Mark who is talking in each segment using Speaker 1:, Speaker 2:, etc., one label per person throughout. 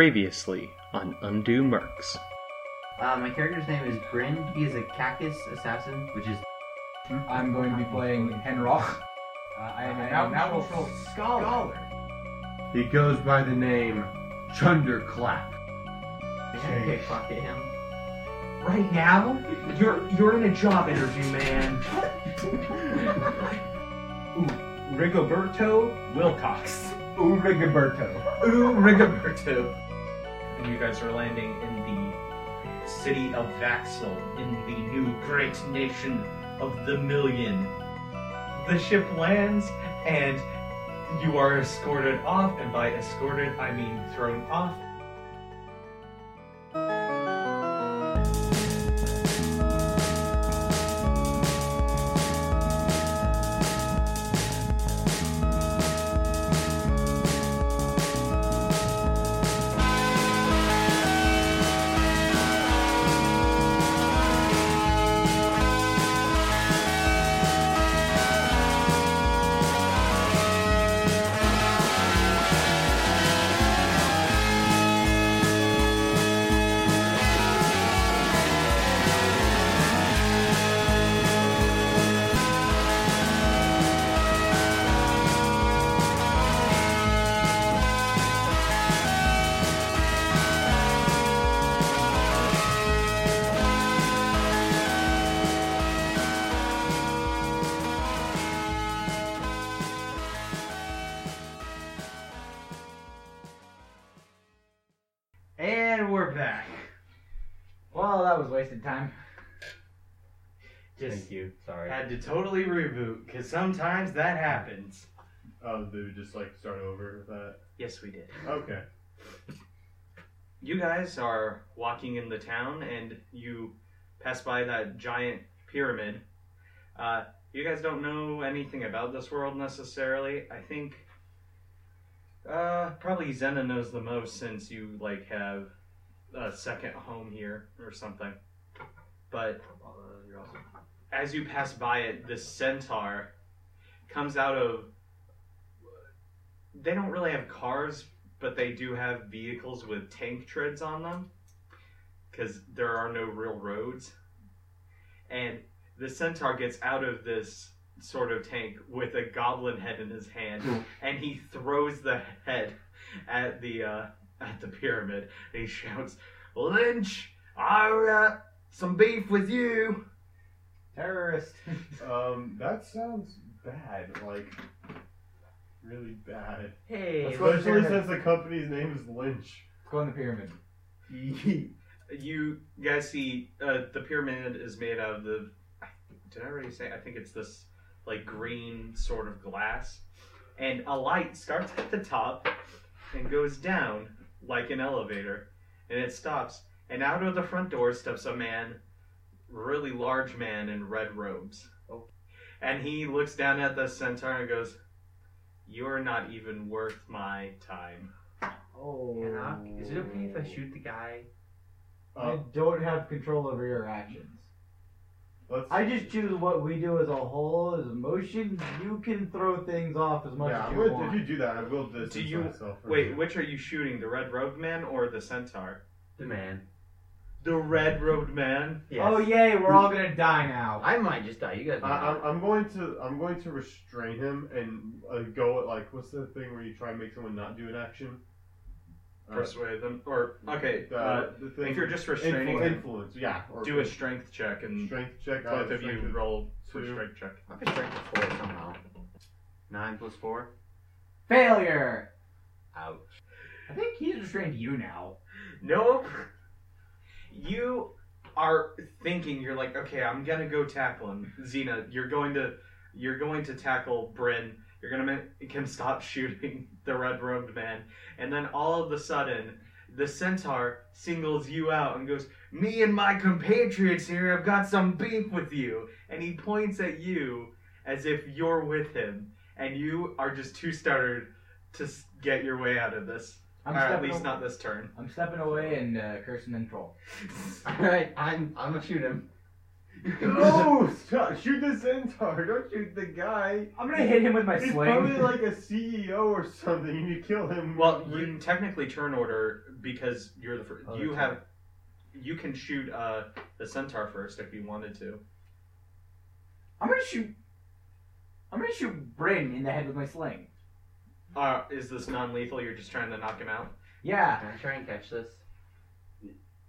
Speaker 1: Previously on Undue Mercs.
Speaker 2: Uh, my character's name is Bryn. He is a cactus assassin, which is Hmm?
Speaker 3: I'm going to be playing Henroch. Uh, I am an agricultural scholar.
Speaker 4: He goes by the name Chunderclap.
Speaker 2: pickpocket him.
Speaker 3: Right now, you're you're in a job interview, man. Ooh, Rigoberto Wilcox.
Speaker 4: Ooh, Rigoberto.
Speaker 3: Ooh, Rigoberto. And you guys are landing in the city of Vaxel, in the new great nation of the million. The ship lands, and you are escorted off, and by escorted, I mean thrown off. And we're back.
Speaker 5: Well, that was wasted time.
Speaker 1: Thank you. Sorry.
Speaker 3: Had to totally reboot because sometimes that happens.
Speaker 4: Oh, they would just like start over with that.
Speaker 3: Yes, we did.
Speaker 4: Okay.
Speaker 3: You guys are walking in the town and you pass by that giant pyramid. Uh, you guys don't know anything about this world necessarily. I think uh, probably Zena knows the most since you like have a second home here or something. But as you pass by it, this centaur comes out of. They don't really have cars, but they do have vehicles with tank treads on them because there are no real roads. And the centaur gets out of this sort of tank with a goblin head in his hand, and he throws the head at the uh, at the pyramid. And he shouts, "Lynch! I got some beef with you!"
Speaker 5: Terrorist.
Speaker 4: Um, that sounds bad. Like, really bad.
Speaker 2: Hey,
Speaker 5: Let's go to the
Speaker 4: Especially
Speaker 5: pyramid.
Speaker 4: since the company's name is Lynch.
Speaker 5: Let's go in the pyramid.
Speaker 3: you guys see uh, the pyramid is made out of the did i already say i think it's this like green sort of glass and a light starts at the top and goes down like an elevator and it stops and out of the front door steps a man really large man in red robes
Speaker 2: Oh.
Speaker 3: and he looks down at the centaur and goes you're not even worth my time
Speaker 5: Oh.
Speaker 2: Hanok, is it okay if I shoot the guy?
Speaker 5: I
Speaker 4: Uh,
Speaker 5: don't have control over your actions.
Speaker 4: let's.
Speaker 5: I just choose what we do as a whole, as emotions. You can throw things off as much
Speaker 4: yeah,
Speaker 5: as
Speaker 4: I'm
Speaker 5: you
Speaker 4: gonna-
Speaker 5: want.
Speaker 4: if you do that, I will distance
Speaker 3: Do you-
Speaker 4: myself. from
Speaker 3: wait
Speaker 4: it.
Speaker 3: which are you shooting the red robed man or the centaur
Speaker 2: The man.
Speaker 3: The red robed man.
Speaker 2: Yes.
Speaker 5: Oh yay, we're all gonna die now.
Speaker 2: I might just die. You guys.
Speaker 4: I,
Speaker 2: might
Speaker 4: I'm,
Speaker 2: not.
Speaker 4: I'm going to I'm going to restrain him and uh, go at like what's the thing where you try and make someone not do an action? Uh,
Speaker 3: Persuade them, or okay.
Speaker 4: the,
Speaker 3: uh,
Speaker 4: the thing.
Speaker 3: if you're just restraining,
Speaker 4: influence,
Speaker 3: them,
Speaker 4: influence, yeah. Or
Speaker 3: do a strength check, and
Speaker 4: strength check. I have
Speaker 3: both of you
Speaker 4: strength
Speaker 3: roll for
Speaker 4: two.
Speaker 3: strength check.
Speaker 2: I can strength a four somehow. Nine plus four.
Speaker 5: Failure.
Speaker 2: Ouch.
Speaker 5: I think he's restrained you now.
Speaker 3: Nope. You are thinking. You're like, okay, I'm gonna go tackle him. Xena, you're going to, you're going to tackle Bryn. You're gonna make him stop shooting the red robed man, and then all of a sudden. The centaur singles you out and goes, Me and my compatriots here have got some beef with you. And he points at you as if you're with him, and you are just too stuttered to s- get your way out of this.
Speaker 5: I'm
Speaker 3: or at
Speaker 5: stepping
Speaker 3: least
Speaker 5: aw-
Speaker 3: not this turn.
Speaker 5: I'm stepping away and uh, cursing and troll.
Speaker 2: All right, I'm I'm gonna shoot him.
Speaker 4: No, stop, shoot the centaur. Don't shoot the guy.
Speaker 6: I'm gonna hit him with my
Speaker 4: He's
Speaker 6: sling.
Speaker 4: probably like a CEO or something, and you kill him.
Speaker 3: Well, you can technically turn order because you're the first.
Speaker 6: Oh,
Speaker 3: you
Speaker 6: that's
Speaker 3: have, you can shoot uh, the centaur first if you wanted to.
Speaker 6: I'm gonna shoot. I'm gonna shoot Bryn in the head with my sling.
Speaker 3: Uh, is this non-lethal? You're just trying to knock him out.
Speaker 6: Yeah,
Speaker 7: Can I try and catch this?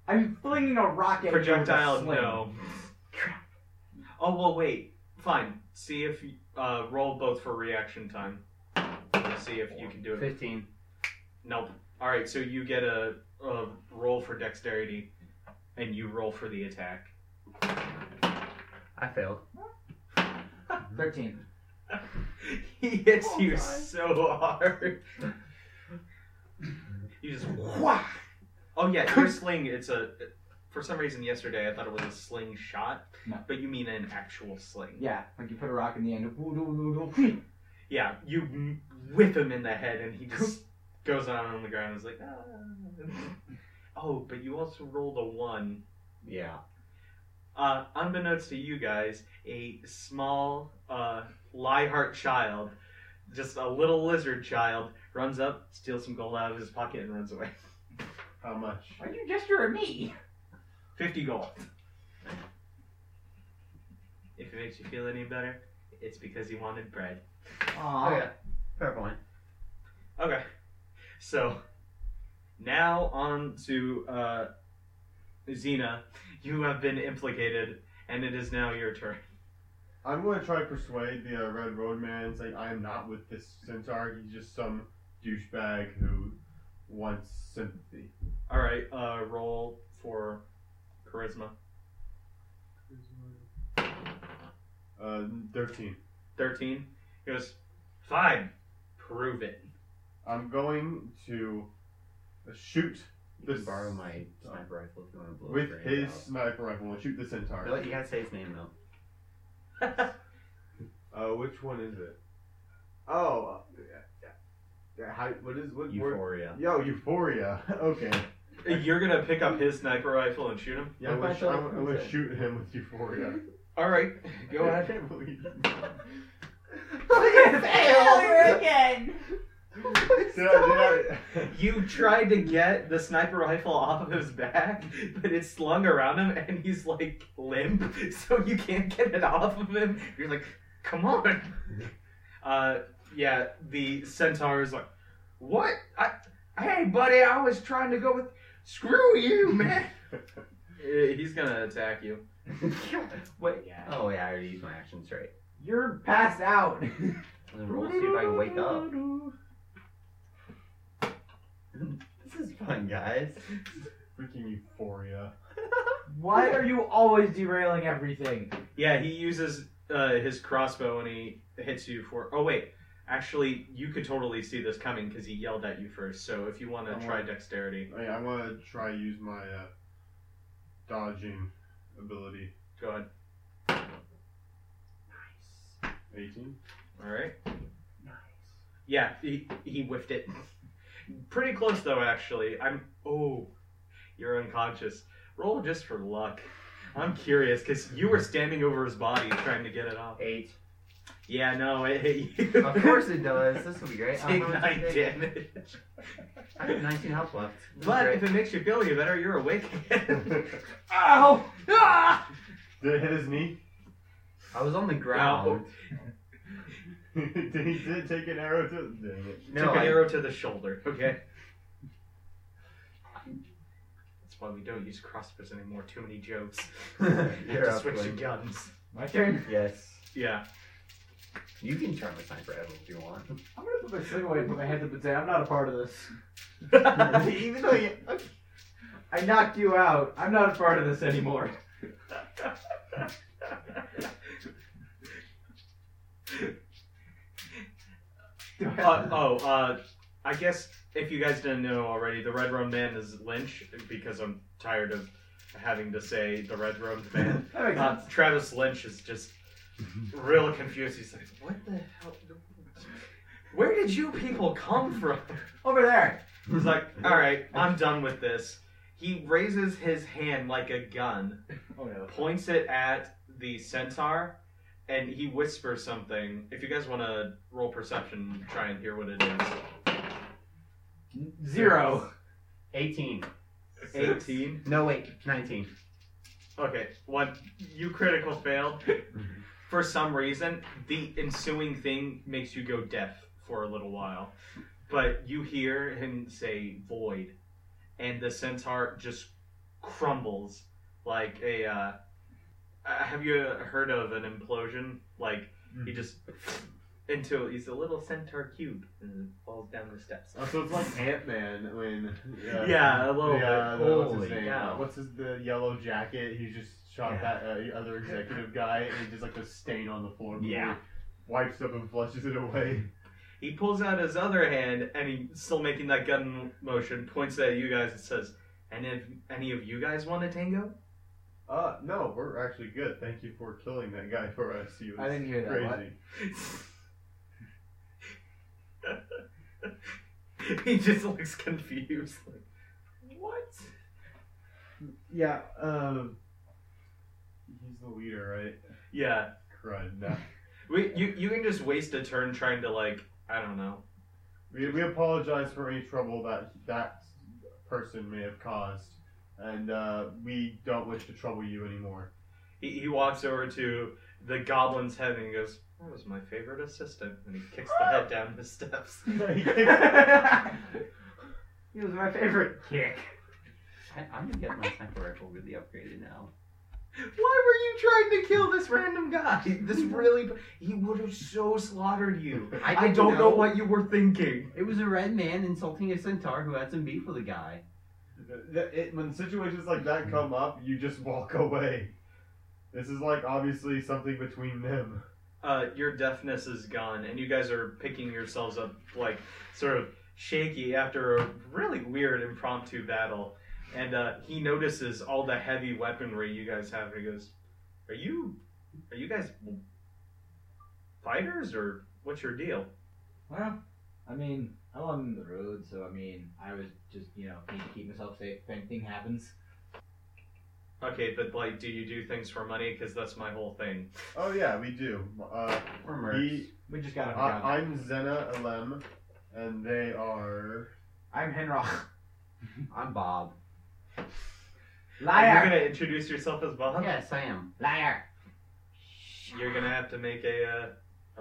Speaker 6: I'm flinging a rocket. at you with a
Speaker 3: Projectile,
Speaker 6: sling.
Speaker 3: no. Oh well, wait. Fine. See if you, uh, roll both for reaction time. See if you can do it.
Speaker 7: Fifteen.
Speaker 3: Nope. All right. So you get a, a roll for dexterity, and you roll for the attack.
Speaker 7: I failed.
Speaker 6: Thirteen.
Speaker 3: he hits
Speaker 4: Oh,
Speaker 3: you
Speaker 4: God.
Speaker 3: so hard. you just whack. Oh yeah, your sling. It's a. For some reason, yesterday I thought it was a sling shot,
Speaker 6: No.
Speaker 3: but you mean an actual sling.
Speaker 6: Yeah, like you put a rock in the end. Woo, doo, doo, doo.
Speaker 3: Yeah, you m- whip him in the head, and he just goes down on the ground. and is like, ah. oh, but you also rolled a one.
Speaker 2: Yeah.
Speaker 3: Uh, unbeknownst to you guys, a small uh, Liehart child, just a little lizard child, runs up, steals some gold out of his pocket, and runs away.
Speaker 4: How much?
Speaker 6: Why'd you gesture at me?
Speaker 3: 50 gold. If it makes you feel any better, it's because you wanted bread.
Speaker 6: Aw.
Speaker 7: Fair point.
Speaker 3: Okay. So, now on to uh, Xena. You have been implicated, and it is now your turn.
Speaker 4: I'm gonna try to persuade the uh, Red Road Man. It's like I'm not with this centaur. He's just some douchebag who wants sympathy.
Speaker 3: All right, uh, roll for charisma.
Speaker 4: Uh, thirteen.
Speaker 3: 13. He goes, Fine, prove it.
Speaker 4: I'm going to uh, shoot
Speaker 2: You can
Speaker 4: This-
Speaker 2: borrow my sniper rifle if you want to blow
Speaker 4: with
Speaker 2: his brains
Speaker 4: his sniper rifle and shoot the
Speaker 2: out.
Speaker 4: centaur.
Speaker 2: Billy, you gotta say his name though.
Speaker 4: Uh, which one is it? Oh, uh, yeah, yeah. How, what is what? word-
Speaker 2: Euphoria.
Speaker 4: Yo, Euphoria. Okay.
Speaker 3: You're gonna pick up his sniper rifle and shoot him?
Speaker 4: Yeah, I'm
Speaker 6: What
Speaker 4: gonna,
Speaker 6: if
Speaker 4: sh-
Speaker 6: I
Speaker 4: I'm,
Speaker 6: thought it
Speaker 4: I'm gonna
Speaker 6: was it?
Speaker 4: shoot him with Euphoria.
Speaker 3: All right, go
Speaker 4: I
Speaker 3: ahead.
Speaker 4: can't believe.
Speaker 6: Look at
Speaker 8: Fail again.
Speaker 4: Did I, did I,
Speaker 3: You tried to get the sniper rifle off of his back, but it's slung around him and he's like limp, so you can't get it off of him. You're like, come on. Uh, yeah, the centaur is like, what? I, hey, buddy, I was trying to go with. Screw you, man. Eh, He's gonna attack you.
Speaker 6: Wait, yeah.
Speaker 2: Oh yeah, I already used my action straight.
Speaker 6: You're passed out.
Speaker 2: I'm gonna roll to see if I can wake up. This is fun, guys.
Speaker 4: freaking Euphoria.
Speaker 6: Why are you always derailing everything?
Speaker 3: Yeah, he uses uh, his crossbow and he hits you for. Oh wait, actually, you could totally see this coming because he yelled at you first. So if you want
Speaker 4: I'm
Speaker 3: to try
Speaker 4: like-
Speaker 3: dexterity,
Speaker 4: I, I'm gonna try to use my uh, dodging ability.
Speaker 3: go ahead.
Speaker 4: 18.
Speaker 3: All right. Yeah, he he whiffed it. Pretty close though, actually. I'm. Oh, you're unconscious. Roll just for luck. I'm curious because you were standing over his body trying to get it off.
Speaker 2: Eight.
Speaker 3: Yeah, no, it hit you.
Speaker 2: Of course it does. This will be great. How
Speaker 3: Take
Speaker 2: much
Speaker 3: nine
Speaker 2: did I take?
Speaker 3: damage.
Speaker 2: I have 19 health left. This is
Speaker 3: But
Speaker 2: great.
Speaker 3: if it makes you feel any better, you're awake again.
Speaker 6: Ow!
Speaker 3: Ah!
Speaker 4: Did it hit his knee?
Speaker 2: I was on the ground.
Speaker 4: did he did it take an arrow to? Dang it.
Speaker 2: No,
Speaker 3: Took an
Speaker 2: I-
Speaker 3: arrow to the shoulder. Okay. That's why we don't use crossbows anymore. Too many jokes. You have
Speaker 2: You're
Speaker 3: to
Speaker 2: up,
Speaker 3: switch to
Speaker 2: Blake.
Speaker 3: guns.
Speaker 6: My turn.
Speaker 2: Yes.
Speaker 3: Yeah.
Speaker 2: You can try my sniper rifle if you want.
Speaker 6: I'm gonna put my sling away and put my hands up and say, I'm not a part of this.
Speaker 3: Uh,
Speaker 2: Even though you.
Speaker 6: I knocked you out. I'm not a part of this anymore. Do I have-
Speaker 3: Uh, oh, uh, I guess if you guys didn't know already, the Red Roan Man is Lynch because I'm tired of having to say the Red Roan Man.
Speaker 6: that makes
Speaker 3: Uh,
Speaker 6: sense.
Speaker 3: Travis Lynch is just real confused. He's like, "What the hell? Where did you people come from?"
Speaker 6: Over there.
Speaker 3: He's like, "All right, I'm done with this." He raises his hand like a gun,
Speaker 6: Oh no.
Speaker 3: points it at the centaur, and he whispers something. If you guys want to roll perception, try and hear what it is.
Speaker 5: Zero.
Speaker 1: 18.
Speaker 3: Eighteen.
Speaker 1: No, wait, 19.
Speaker 3: Okay, what you critical fail. For some reason, the ensuing thing makes you go deaf for a little while. But you hear him say void, and the centaur just crumbles like a. Uh, uh, have you heard of an implosion? Like, he
Speaker 4: Hmm.
Speaker 3: just. Until he's a little centaur cube and falls down the steps.
Speaker 4: Oh, so it's like Ant Man when
Speaker 3: uh,
Speaker 4: yeah,
Speaker 3: Yeah, a little
Speaker 4: yeah,
Speaker 3: bit.
Speaker 4: the- what's
Speaker 1: Holy
Speaker 4: his name?
Speaker 1: cow.
Speaker 4: What's his the yellow jacket? He just shot
Speaker 1: Yeah.
Speaker 4: that uh, other executive guy and just like a stain on the floor. before
Speaker 1: Yeah.
Speaker 4: he wipes up and flushes it away.
Speaker 3: He pulls out his other hand and he's still making that gun motion, points at you guys and says, And if any of you guys want a tango?
Speaker 4: Uh, no, we're actually good. Thank you for killing that guy for us. He was
Speaker 5: I didn't hear that.
Speaker 4: crazy.
Speaker 5: What?
Speaker 3: he just looks confused. Like, what?
Speaker 4: Yeah. Um, he's the leader, right?
Speaker 3: Yeah.
Speaker 4: Crud. Nah.
Speaker 3: We, you, you can just waste a turn trying to, like, I don't know.
Speaker 4: We, we apologize for any trouble that that person may have caused, and uh, we don't wish to trouble you anymore.
Speaker 3: He, he walks over to the goblin's head and he goes, That was my favorite assistant. And he kicks the head down the steps.
Speaker 5: He was my favorite kick.
Speaker 2: I, I'm gonna get my sniper rifle really upgraded now.
Speaker 3: Why were you trying to kill this random guy? This really. He would have so slaughtered you. I
Speaker 2: didn't
Speaker 3: don't know. what you were thinking.
Speaker 2: It was a red man insulting a centaur who had some beef with a guy.
Speaker 4: Th- it- when situations like that come up, you just walk away. This is like obviously something between them.
Speaker 3: Uh, your deafness is gone, and you guys are picking yourselves up, like, sort of shaky after a really weird impromptu battle. And uh, he notices all the heavy weaponry you guys have, and he goes, Are you. Are you guys. fighters, or what's your deal?
Speaker 6: Well, I mean, I'm on the road, so I mean, I was just, you know, need to keep myself safe if anything happens.
Speaker 3: Okay, but, like, do you do things for money? Because that's my whole thing.
Speaker 4: Oh yeah, we do. Uh,
Speaker 1: Or
Speaker 4: we,
Speaker 6: We just got
Speaker 4: I,
Speaker 6: a
Speaker 4: I'm Zena Alem, and they are.
Speaker 5: I'm Henrock.
Speaker 2: I'm Bob.
Speaker 3: Are you
Speaker 6: Liar!
Speaker 3: going to introduce yourself as Bob?
Speaker 2: Yes, I am.
Speaker 6: Liar!
Speaker 3: You're gonna have to make a uh,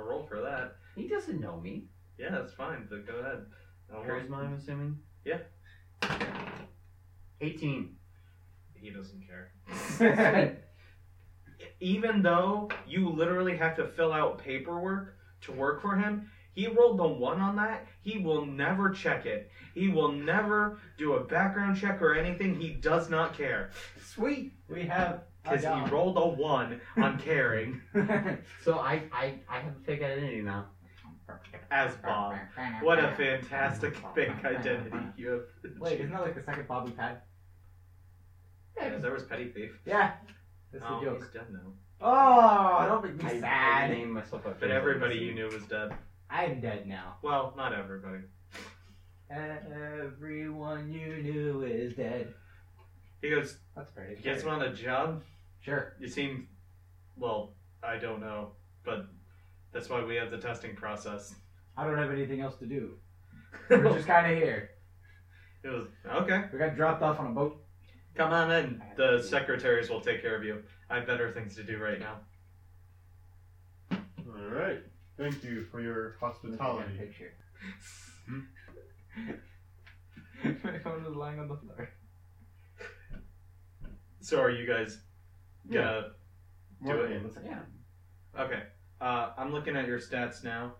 Speaker 3: a roll for that.
Speaker 2: He doesn't know me.
Speaker 3: Yeah, that's fine. But go ahead. I'll roll.
Speaker 1: Charisma, I'm assuming?
Speaker 3: Yeah.
Speaker 1: 18.
Speaker 3: He doesn't care.
Speaker 5: Sweet.
Speaker 3: Even though you literally have to fill out paperwork to work for him, he rolled the one on that. He will never check it. He will never do a background check or anything. He does not care
Speaker 5: Sweet.
Speaker 6: We have a
Speaker 3: because he
Speaker 6: dog.
Speaker 3: rolled a one on caring
Speaker 2: So I, I, I have a fake identity now.
Speaker 3: as Bob. What a fantastic fake identity you have.
Speaker 6: Wait, isn't that like the second Bob we've had?
Speaker 3: Yeah, there was petty thief.
Speaker 6: Yeah. That's
Speaker 3: Oh,
Speaker 6: the joke.
Speaker 3: he's dead now.
Speaker 6: Oh, don't make me
Speaker 2: I, I
Speaker 6: sad.
Speaker 2: named myself a
Speaker 3: But everybody you knew was dead.
Speaker 6: I'm dead now.
Speaker 3: Well, not everybody.
Speaker 6: Everyone you knew is dead.
Speaker 3: He goes,
Speaker 6: That's pretty.
Speaker 3: You guys want a job?
Speaker 6: Sure.
Speaker 3: You seem, well, I don't know, but that's why we have the testing process.
Speaker 6: I don't have anything else to do. We're
Speaker 3: it
Speaker 6: just kind of here.
Speaker 3: was okay.
Speaker 6: We got dropped off on a boat.
Speaker 3: Come on in. The secretaries will take care of you. I have better things to do right now.
Speaker 4: All right. Thank you for your
Speaker 6: Look
Speaker 4: hospitality.
Speaker 6: at that picture. My phone is lying on the floor.
Speaker 3: So are you guys gonna? Do it.
Speaker 4: Morgan.
Speaker 2: Yeah.
Speaker 3: Okay. Uh, I'm looking at your stats now.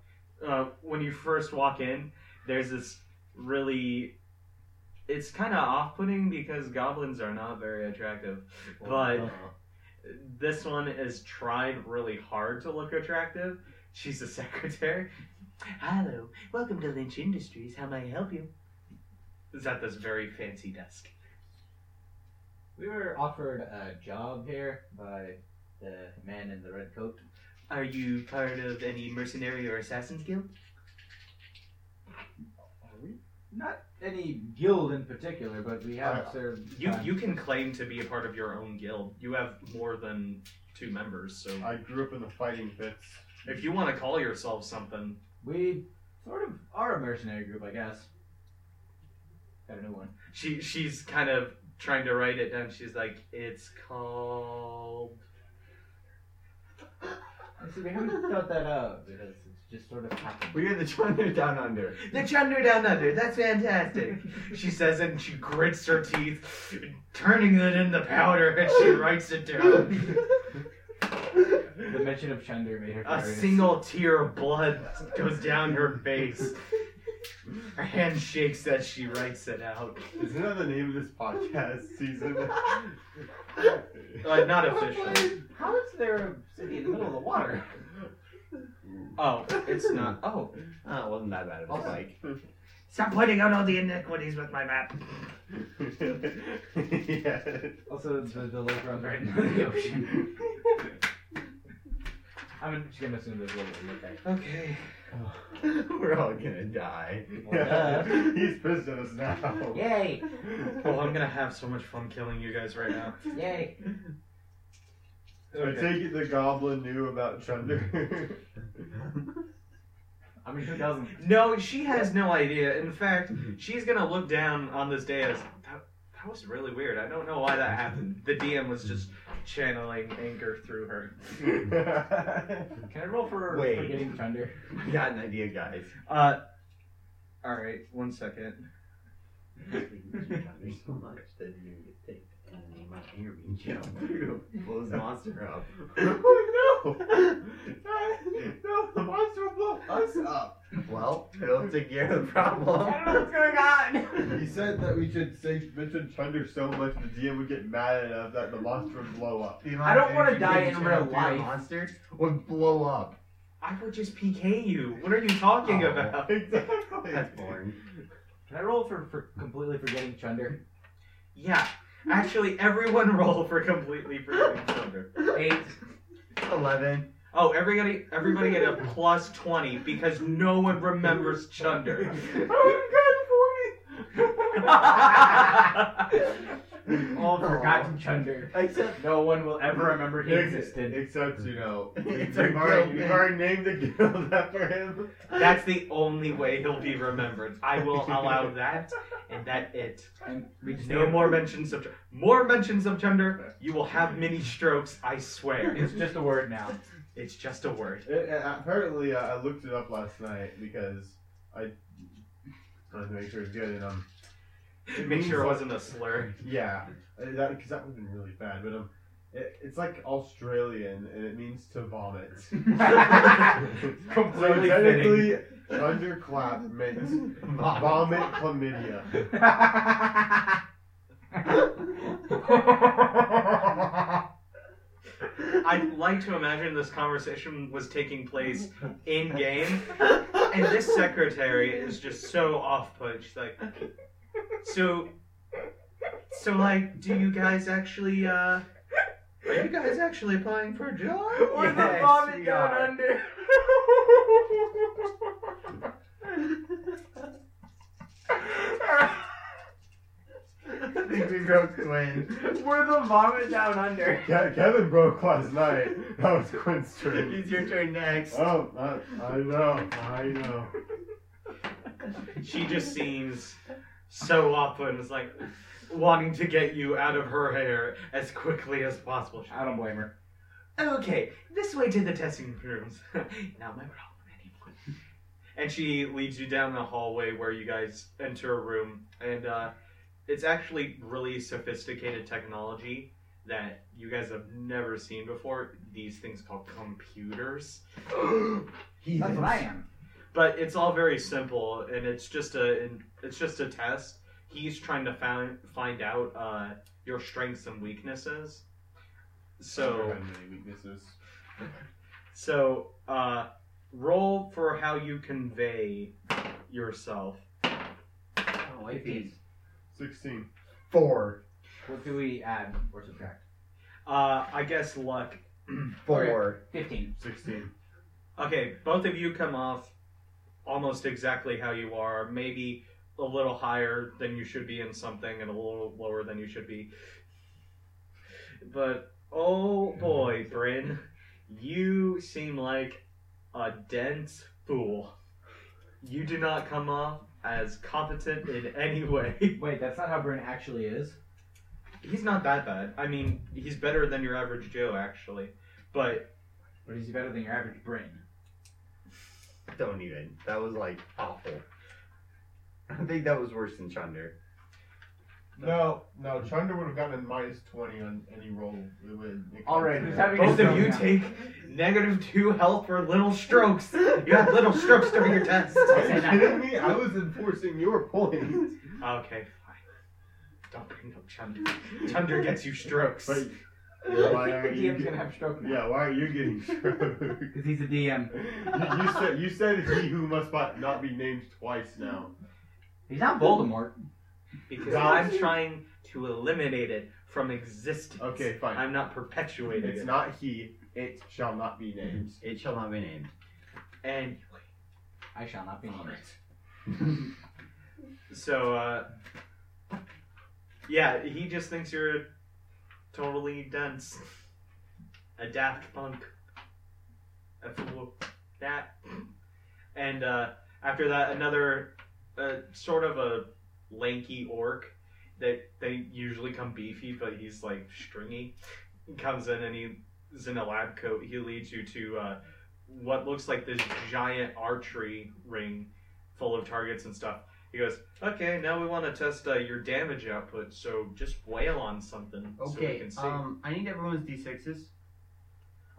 Speaker 3: Uh, when you first walk in, there's this really. It's kind of off-putting because goblins are not very attractive, but. this one is tried really hard to look attractive. She's a secretary. Hello, welcome to Lynch Industries. How may I help you? Is at this very fancy desk.
Speaker 6: We were offered a job here by the man in the red coat.
Speaker 3: Are you part of any mercenary or assassins guild?
Speaker 6: Are we? Not any guild in particular, but we have
Speaker 4: Uh,
Speaker 6: served.
Speaker 3: You
Speaker 6: time.
Speaker 3: you can claim to be a part of your own guild. You have more than two members, so
Speaker 4: I grew up in the fighting pits.
Speaker 3: if you want to call yourself something,
Speaker 6: We sort of are a mercenary group, I guess. Got a new one.
Speaker 3: she she's kind of trying to write it down. She's like, it's called.
Speaker 6: See, we haven't thought that out because it's just sort of happened.
Speaker 2: We're the Chunder Down Under.
Speaker 3: The Chunder Down Under, that's fantastic. she says it and she grits her teeth, turning it into powder, and she writes it down.
Speaker 6: The mention of Chunder made her
Speaker 3: A
Speaker 6: furious.
Speaker 3: single tear of blood goes down her face. Her hand shakes as she writes it out.
Speaker 4: Isn't that the name of this podcast season?
Speaker 3: Uh, not official.
Speaker 6: How is there a city in the middle of the water?
Speaker 3: Oh, it's not. Oh,
Speaker 2: Oh, it wasn't that bad of a
Speaker 6: Also-
Speaker 2: spike.
Speaker 1: Stop pointing out all the iniquities with my map.
Speaker 4: yeah.
Speaker 6: Also, the, the lake runs right into the ocean. I'm just gonna assume there's a little bit of
Speaker 3: okay.
Speaker 2: We're all gonna die.
Speaker 4: yeah. He's prisoners now.
Speaker 5: Yay!
Speaker 3: Well, I'm gonna have so much fun killing you guys right now.
Speaker 5: Yay!
Speaker 4: I take it the goblin knew about Chunder.
Speaker 6: I mean, who doesn't?
Speaker 3: No, she has no idea. In fact,
Speaker 2: Mm-hmm.
Speaker 3: she's gonna look down on this day as that, that was really weird. I don't know why that happened. The DM was just channeling anger through her.
Speaker 4: I
Speaker 6: Can I roll for
Speaker 2: Wait.
Speaker 6: for getting Chunder?
Speaker 2: got an idea, guys.
Speaker 3: Uh, all right, one second.
Speaker 2: so much that you get thick and my hair being jammed through. Blow this monster up.
Speaker 4: oh no! no, the monster will blow us up.
Speaker 2: Well, it'll take care of the problem.
Speaker 5: I don't know what's going on!
Speaker 4: He said that we should say mention Chunder so much the DM would get mad enough that the monster would blow up.
Speaker 2: The
Speaker 5: I don't
Speaker 2: amount of
Speaker 5: wanna
Speaker 2: energy
Speaker 5: die
Speaker 2: you
Speaker 5: in
Speaker 2: can
Speaker 5: real
Speaker 2: put through a
Speaker 5: life.
Speaker 2: Monster would blow up.
Speaker 3: I would just PK you. What are you talking
Speaker 2: Oh.
Speaker 3: about?
Speaker 4: Exactly.
Speaker 2: That's boring.
Speaker 6: Can I roll for, for completely forgetting Chunder?
Speaker 3: Yeah, actually, everyone roll for completely forgetting Thunder.
Speaker 5: Eight.
Speaker 2: Eleven.
Speaker 3: Oh, everybody, everybody get a plus twenty because no one remembers Chunder.
Speaker 6: Oh All forgotten Chunder.
Speaker 2: Except
Speaker 6: No one will ever remember he
Speaker 4: Ex-
Speaker 6: existed.
Speaker 4: Except you know,
Speaker 2: It's
Speaker 4: we've
Speaker 2: our guild
Speaker 4: already, we've
Speaker 2: name.
Speaker 4: already named the guild after him.
Speaker 3: That's the only way he'll be remembered. I will allow that, and that it.
Speaker 6: And we just
Speaker 3: No more mentions of more mentions of gender. You will have many strokes. I swear.
Speaker 6: It's just a word now.
Speaker 3: It's just a word.
Speaker 4: It- uh, apparently, uh, I looked it up last night because I wanted to make sure it's good. And um,
Speaker 3: Make sure it wasn't a slur.
Speaker 4: yeah, uh, that because that would have been really bad. But um, it, it's like Australian and it means to vomit.
Speaker 3: Completely
Speaker 4: so technically, thunderclap meant vomit chlamydia.
Speaker 3: I'd like to imagine this conversation was taking place in game, and this secretary is just so off put. She's like, so, so like, do you guys actually? uh Are you guys actually applying for a job?
Speaker 5: Or the
Speaker 2: Yes,
Speaker 5: vomit
Speaker 2: we
Speaker 5: down
Speaker 2: are.
Speaker 5: under.
Speaker 2: I think we broke twin.
Speaker 5: We're the vomit down under.
Speaker 4: Ke- Kevin broke last night. That was Quinn's turn.
Speaker 2: It's your turn next.
Speaker 4: Oh, I, I know, I know.
Speaker 3: She just seems so off put and is like wanting to get you out of her hair as quickly as possible.
Speaker 6: I don't blame her.
Speaker 3: Okay, this way to the testing rooms. Not my problem anymore. And she leads you down the hallway where you guys enter a room, and uh, it's actually really sophisticated technology that you guys have never seen before. These things called computers.
Speaker 6: That's what I am.
Speaker 3: but it's all very simple and it's just a it's just a test he's trying to find find out uh, your strengths and weaknesses so
Speaker 4: I've had many weaknesses.
Speaker 3: so uh, roll for how you convey yourself
Speaker 6: Oh, white peas.
Speaker 4: Sixteen.
Speaker 2: Four.
Speaker 6: What do we add or subtract?
Speaker 3: uh, i guess luck
Speaker 2: Four.
Speaker 6: Fifteen.
Speaker 4: Sixteen.
Speaker 3: okay both of you come off almost exactly how you are maybe a little higher than you should be in something and a little lower than you should be but Oh boy, Bryn, you seem like a dense fool. You do not come off as competent in any way.
Speaker 6: Wait, that's not how Bryn actually is.
Speaker 3: He's not that bad. I mean, he's better than your average Joe, actually. But
Speaker 6: But he's better than your average Bryn.
Speaker 2: Don't even. That was like awful. I think that was worse than Chunder.
Speaker 4: No, no, Chunder would have gotten a minus 20 on any roll. It would- it
Speaker 5: All right,
Speaker 4: comes
Speaker 5: who's
Speaker 4: out.
Speaker 5: having a
Speaker 3: both of
Speaker 5: stroke
Speaker 3: you
Speaker 5: now?
Speaker 3: take negative two health for little strokes. You had little strokes during your test.
Speaker 4: Are you kidding me? I was enforcing your point.
Speaker 3: Okay, fine. Don't bring up Chunder. Chunder gets you strokes.
Speaker 4: But yeah, why
Speaker 5: The
Speaker 4: are you
Speaker 5: DM's
Speaker 4: get-
Speaker 5: gonna have a stroke now.
Speaker 4: yeah, why are you getting stroked?
Speaker 5: Because he's a DM.
Speaker 4: you, you said you said it's he who must bi- not be named twice now.
Speaker 5: He's not Voldemort.
Speaker 3: Because I'm trying to eliminate it from existence.
Speaker 4: Okay, fine.
Speaker 3: I'm not perpetuating
Speaker 4: it's
Speaker 3: it.
Speaker 4: not he. It shall not be named.
Speaker 2: It shall not be named.
Speaker 3: And
Speaker 6: I shall not be named.
Speaker 3: so, uh, yeah, he just thinks you're totally dense. A daft punk. A fool. That. And, uh, after that, another, uh, sort of a lanky orc that they usually come beefy, but he's like stringy, comes in and he's in a lab coat. He leads you to, uh, what looks like this giant archery ring full of targets and stuff. He goes, "Okay, now we want to test uh, your damage output. So just wail on something so we
Speaker 2: Okay,
Speaker 3: can see."
Speaker 2: um, I need everyone's d6s.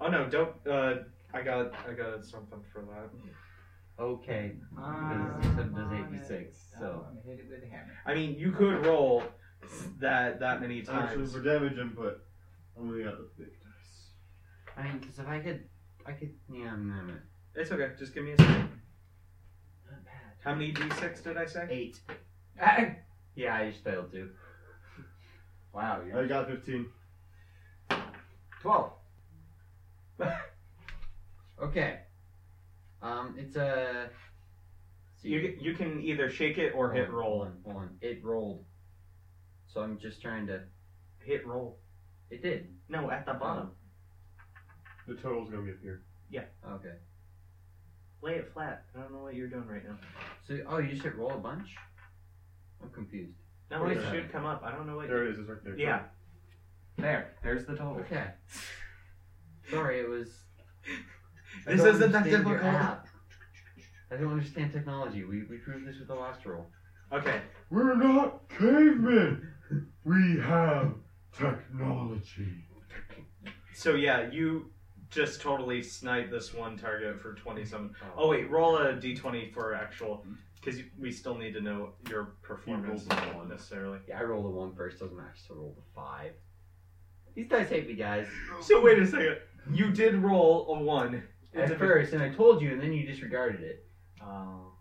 Speaker 3: oh no, don't. Uh, I got I got something for that.
Speaker 2: Okay.
Speaker 5: Ah,
Speaker 2: Because it does 8d6, so.
Speaker 6: I'm hit it with a hammer.
Speaker 3: I mean, you could roll that that many
Speaker 4: Actually,
Speaker 3: times.
Speaker 4: for damage input, I'm gonna get the big dice.
Speaker 2: I mean, because if I could, I could, yeah, I'm gonna.
Speaker 3: It's okay. Just give me a second. How many d6 did I say?
Speaker 2: Eight.
Speaker 5: Ah,
Speaker 2: Yeah, I just failed to.
Speaker 6: Wow, you're
Speaker 4: I got 15.
Speaker 6: 12.
Speaker 2: Okay. Um, it's a.
Speaker 3: You you can either shake it or hit roll.
Speaker 2: Hold on. It rolled. So I'm just trying to.
Speaker 3: Hit roll. Oh.
Speaker 2: It did.
Speaker 3: No, at the bottom.
Speaker 4: The total's gonna be up here.
Speaker 2: Okay.
Speaker 3: Lay it flat. I don't know what you're doing right now.
Speaker 2: So, oh, you just hit roll a bunch? I'm confused.
Speaker 3: No,
Speaker 4: Where
Speaker 3: it
Speaker 4: is that?
Speaker 3: should come up. I don't know what.
Speaker 4: There it is. It's right there.
Speaker 3: Yeah.
Speaker 5: there, there's the
Speaker 3: Oh.
Speaker 5: total.
Speaker 2: Okay. Sorry, it was. I
Speaker 3: This
Speaker 2: don't
Speaker 3: isn't that
Speaker 2: understand your
Speaker 3: difficult.
Speaker 2: app. I don't understand technology. We, we proved this with the last roll.
Speaker 3: Okay.
Speaker 4: We're not cavemen. We have technology.
Speaker 3: So yeah, you just totally snipe this one target for twenty-seven. Oh wait, roll a d20 for actual, because we still need to know your performance
Speaker 4: You rolled a one.
Speaker 3: necessarily.
Speaker 2: Yeah, I rolled a one first. Doesn't matter. So I rolled a five. These dice hate me, guys.
Speaker 3: So wait a second. You did roll a one. It's a-
Speaker 2: At first, and I told you, and then you disregarded it.
Speaker 3: Oh,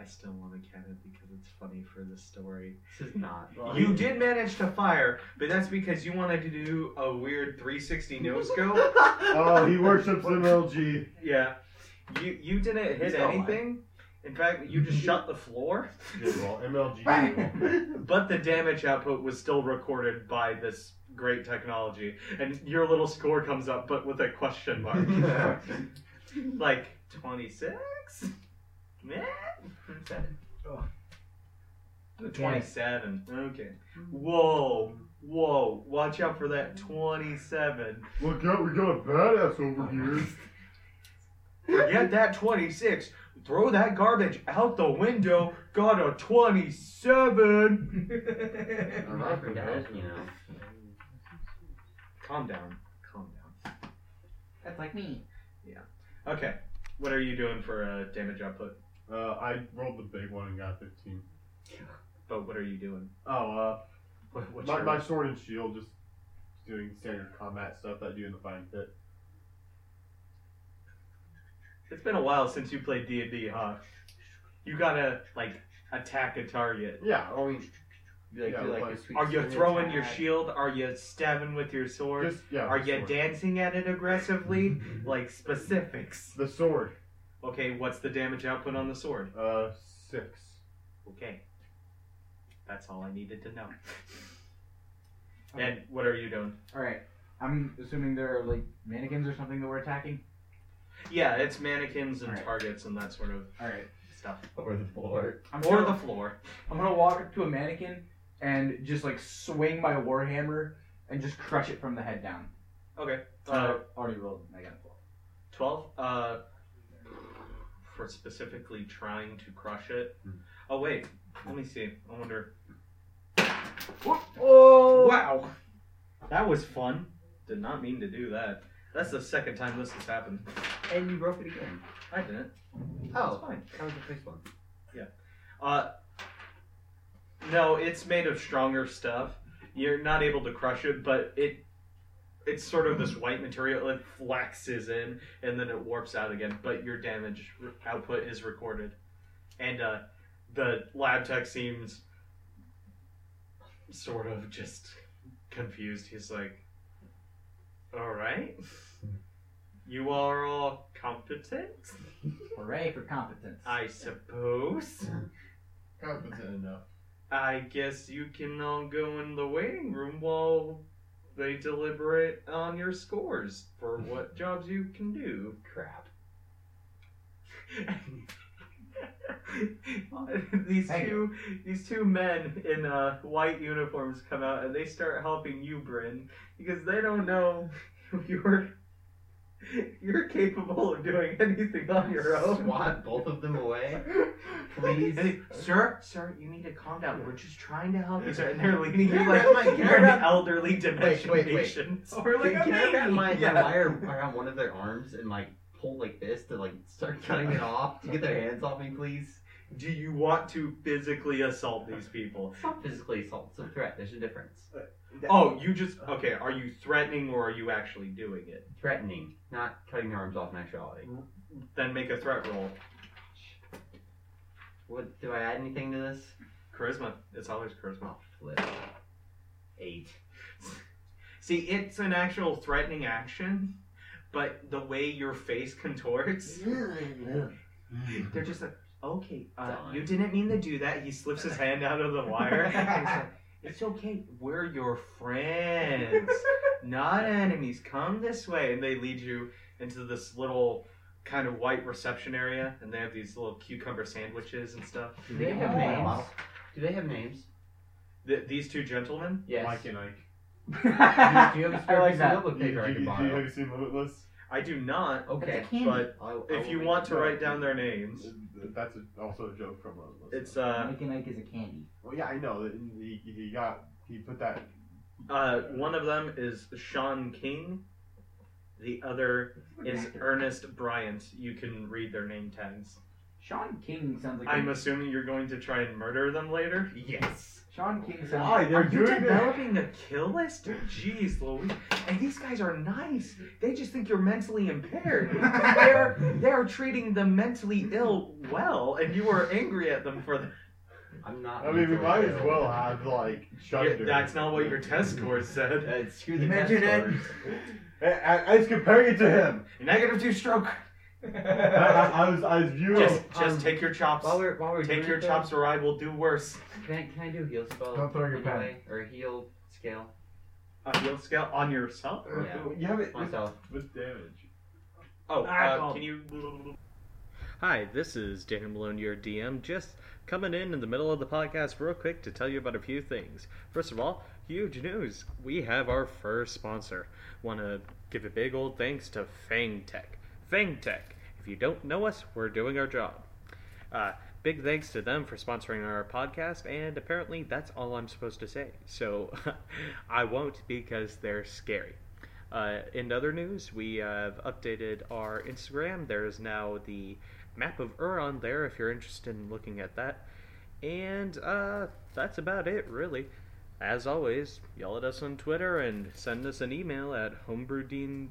Speaker 3: I still want to count it because it's funny for the story.
Speaker 2: This is not.
Speaker 3: You did manage to fire, but that's because you wanted to do a weird 360 no scope.
Speaker 4: Oh, he worships MLG.
Speaker 3: yeah, you you didn't hit
Speaker 6: He's not lying.
Speaker 3: anything. In fact, you just shut the floor.
Speaker 4: Good roll. MLG.
Speaker 3: But the damage output was still recorded by this great technology, and your little score comes up, but with a question mark, like twenty six,
Speaker 2: Seven.
Speaker 3: twenty seven. Okay. Whoa, whoa! Watch out for that twenty seven.
Speaker 4: Look out, we got a badass over here.
Speaker 3: Forget that twenty six. Throw that garbage out the window. Got a twenty seven.
Speaker 2: All right, for guys, you know.
Speaker 3: Calm down. Calm down.
Speaker 5: That's like me.
Speaker 3: Okay. What are you doing for uh, damage output?
Speaker 4: Uh, I rolled the big one and got 15.
Speaker 3: But what are you doing?
Speaker 4: Oh, uh,
Speaker 3: What, what's
Speaker 4: my,
Speaker 3: your-
Speaker 4: my sword and shield just doing standard combat stuff that I do in the fine pit.
Speaker 3: It's been a while since you played D and D, huh? You gotta like attack a target.
Speaker 4: Yeah, I mean,
Speaker 2: Like,
Speaker 4: Yeah,
Speaker 2: do, like,
Speaker 4: like-
Speaker 2: a Oh, sweet
Speaker 3: Are you
Speaker 2: sword
Speaker 3: throwing your
Speaker 2: attack.
Speaker 3: shield? Are you stabbing with your sword?
Speaker 4: just, yeah.
Speaker 3: Are
Speaker 4: the
Speaker 3: you
Speaker 4: sword.
Speaker 3: dancing at it aggressively? like specifics.
Speaker 4: The sword.
Speaker 3: Okay, what's the damage output on the sword?
Speaker 4: Uh, six.
Speaker 3: Okay. That's all I needed to know. And what are you doing?
Speaker 5: All right.
Speaker 6: I'm assuming there are like mannequins or something that we're attacking.
Speaker 3: Yeah, it's mannequins and
Speaker 6: Alright.
Speaker 3: targets and that sort of
Speaker 6: All right.
Speaker 3: stuff.
Speaker 2: Over the floor.
Speaker 6: I'm
Speaker 3: Or
Speaker 6: gonna-
Speaker 3: the floor.
Speaker 6: I'm gonna walk up to a mannequin and just like swing my warhammer and just crush it from the head down.
Speaker 3: Okay. Uh,
Speaker 6: Uh, already rolled. I got a twelve.
Speaker 3: 12 uh for specifically trying to crush it oh wait let me see i wonder
Speaker 2: Oh!
Speaker 3: wow that was fun did not mean to do that that's the second time this has happened
Speaker 2: And you broke it again.
Speaker 3: i didn't
Speaker 2: Oh,
Speaker 3: It's fine.
Speaker 2: that was the first one.
Speaker 3: uh no it's made of stronger stuff you're not able to crush it but it it's sort of this white material it flaxes in and then it warps out again but your damage re- output is recorded and uh the lab tech seems sort of just confused he's like all right you are all competent
Speaker 6: Hooray for competence.
Speaker 3: i suppose
Speaker 4: Competent enough.
Speaker 3: I guess you can all go in the waiting room while they deliberate on your scores for what jobs you can do.
Speaker 2: Crap.
Speaker 3: these
Speaker 6: Thank
Speaker 3: two these two men in uh, white uniforms come out and they start helping you, Bryn, because they don't know you're you're capable of doing anything on your own.
Speaker 2: Swat both of them away. Please.
Speaker 3: And they, sir, sir, you need to calm down. We're just trying to help you, sir. And they're leaning
Speaker 2: Can
Speaker 3: you
Speaker 2: I
Speaker 3: like
Speaker 2: wrap my- can I
Speaker 3: you're
Speaker 2: wrap-
Speaker 3: an elderly
Speaker 2: wait,
Speaker 3: dimension
Speaker 2: wait.
Speaker 3: patient.
Speaker 6: Or
Speaker 2: Can, can I wrap my,
Speaker 3: Yeah.
Speaker 2: my wire around one of their arms and like pull like this to like start cutting it off to get their hands off me, please?
Speaker 3: Do you want to physically assault these people?
Speaker 2: It's not physically assault. It's a threat. There's a difference.
Speaker 3: Oh, you just okay. Are you threatening or are you actually doing it?
Speaker 2: Threatening, not cutting their arms off in actuality.
Speaker 3: Then make a threat roll.
Speaker 2: What do I add anything to this?
Speaker 3: Charisma. It's always charisma.
Speaker 2: Oh, flip. Eight.
Speaker 3: See, it's an actual threatening action, but the way your face contorts, they're just like, okay, uh,
Speaker 2: Fine.
Speaker 3: you didn't mean to do that. He slips his hand out of the wire. and he's like, It's okay. We're your friends, not enemies. Come this way. And they lead you into this little kind of white reception area, and they have these little cucumber sandwiches and stuff.
Speaker 2: Do they have
Speaker 6: Oh.
Speaker 2: names? Do they have names?
Speaker 3: Th- these two gentlemen,
Speaker 6: Yes.
Speaker 4: Mike and Ike.
Speaker 2: Do you have a
Speaker 6: I
Speaker 2: spare
Speaker 6: like
Speaker 2: piece
Speaker 6: that.
Speaker 2: of notebook
Speaker 4: Do you,
Speaker 2: paper I
Speaker 4: do
Speaker 2: can
Speaker 4: you, do you- have
Speaker 2: borrow?
Speaker 4: you seen Limitless?
Speaker 3: I do not.
Speaker 2: Okay.
Speaker 5: candy.
Speaker 3: But
Speaker 2: I- I
Speaker 3: if
Speaker 2: will
Speaker 3: you
Speaker 2: make
Speaker 3: want
Speaker 2: it.
Speaker 3: to write down their names,
Speaker 4: That's a, also a joke from Limitless.
Speaker 3: it's uh,
Speaker 5: Mike and Ike is a candy.
Speaker 4: Well, yeah, I know. He, he got he put that.
Speaker 3: uh, one of them is Sean King, the other is Ernest Bryant. You can read their name tags.
Speaker 6: Sean King sounds like.
Speaker 3: I'm
Speaker 6: a,
Speaker 3: assuming you're going to try and murder them later.
Speaker 2: Yes.
Speaker 6: Sean King sounds.
Speaker 4: Why they're
Speaker 3: Are you
Speaker 4: doing that?
Speaker 3: developing a kill list? Jeez Louise. And these guys are nice. They just think you're mentally impaired. they're they're treating the mentally ill well, and you are angry at them for that.
Speaker 2: I'm not.
Speaker 4: I mean, we
Speaker 2: mentally
Speaker 4: might as
Speaker 2: ill.
Speaker 4: well have like Chunder.
Speaker 3: That's not what your test score said.
Speaker 2: Uh, screw the
Speaker 6: Imagine
Speaker 2: test
Speaker 6: it.
Speaker 2: scores.
Speaker 4: I, I, I was comparing it to him.
Speaker 3: Negative two stroke.
Speaker 4: I, I, I was I was viewing.
Speaker 3: Just just
Speaker 2: um,
Speaker 3: take your chops.
Speaker 2: While we're while we're
Speaker 3: Take
Speaker 2: doing
Speaker 3: your
Speaker 2: that,
Speaker 3: chops or I will do worse.
Speaker 2: Can I can I do a heal spell?
Speaker 5: Don't throw your pen.
Speaker 2: anyway? Or a heal scale
Speaker 3: Uh, you'll scale on yourself.
Speaker 4: Uh,
Speaker 2: Yeah.
Speaker 4: You have it with,
Speaker 2: myself.
Speaker 4: with damage.
Speaker 3: Oh,
Speaker 1: I
Speaker 3: uh,
Speaker 1: called.
Speaker 3: can you? Hi, this is Dan Malone, your DM. Just coming in in the middle of the podcast, real quick, to tell you about a few things. First of all, huge news: we have our first sponsor. Want to give a big old thanks to Fang Tech. Fang Tech. If you don't know us, we're doing our job. Uh, big thanks to them for sponsoring our podcast, and apparently that's all I'm supposed to say. So I won't because they're scary. Uh, in other news, we have updated our Instagram. There is now the map of Uron there if you're interested in looking at that. And uh, that's about it, really. As always, yell at us on Twitter and send us an email at homebrewdnd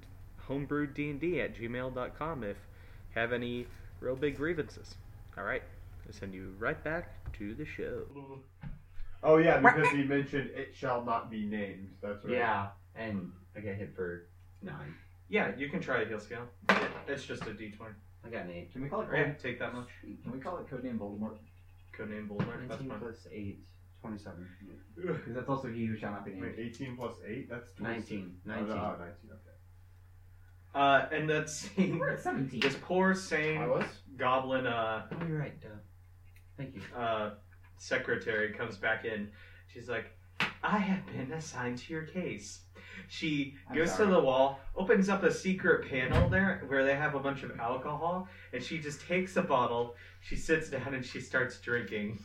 Speaker 3: homebrewdnd at gmail.com if you have any real big grievances. All right, I'll send you right back to the show.
Speaker 4: Oh yeah, because he mentioned it shall not be named. That's right.
Speaker 2: Yeah, and I got hit for nine.
Speaker 3: Yeah, you can try a heal scale. It's just a d20.
Speaker 2: I got an eight.
Speaker 6: Can we call it?
Speaker 3: Yeah, take that much.
Speaker 6: Can we call it codename Voldemort?
Speaker 3: Codename Voldemort. That's
Speaker 2: Nineteen
Speaker 3: fine.
Speaker 2: plus eight. Twenty-seven.
Speaker 6: Because that's also he who shall not be
Speaker 4: Wait,
Speaker 6: named.
Speaker 4: 18 plus 8? That's 26.
Speaker 2: Nineteen.
Speaker 4: Oh, no,
Speaker 2: Nineteen.
Speaker 4: oh, 19, okay.
Speaker 3: Uh, and that scene,
Speaker 5: We're at 17.
Speaker 3: this poor
Speaker 2: I
Speaker 3: same
Speaker 2: was.
Speaker 3: goblin uh,
Speaker 2: Oh, you're right. Duh. Thank you.
Speaker 3: uh, secretary comes back in. She's like, I have been assigned to your case. She
Speaker 5: I'm
Speaker 3: goes
Speaker 5: sorry.
Speaker 3: to the wall, opens up a secret panel there where they have a bunch of alcohol, and she just takes a bottle, she sits down, and she starts drinking.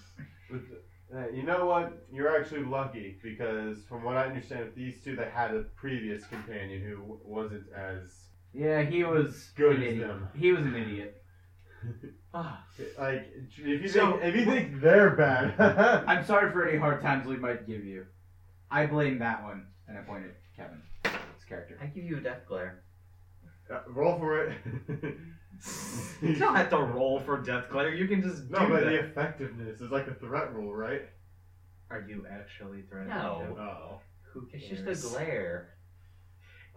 Speaker 4: With the- uh, you know what? You're actually lucky because, from what I understand, with these two, they had a previous companion who wasn't as
Speaker 6: Yeah, he was
Speaker 4: good
Speaker 6: an
Speaker 4: as
Speaker 6: idiot.
Speaker 4: them.
Speaker 6: He was an idiot.
Speaker 3: Ah,
Speaker 4: Like, if you
Speaker 3: So-
Speaker 4: think, if you think they're bad,
Speaker 6: I'm sorry for any hard times we might give you. I blame that one, and I pointed Kevin, his character.
Speaker 2: I give you a death glare.
Speaker 4: uh, roll for it.
Speaker 3: you don't have to roll for death glare. You can just
Speaker 4: no,
Speaker 3: do
Speaker 4: but
Speaker 3: that.
Speaker 4: the effectiveness is like a threat roll, right?
Speaker 3: Are you actually threatening?
Speaker 2: No.
Speaker 4: Oh.
Speaker 3: Who
Speaker 2: It's
Speaker 3: cares?
Speaker 2: just a glare.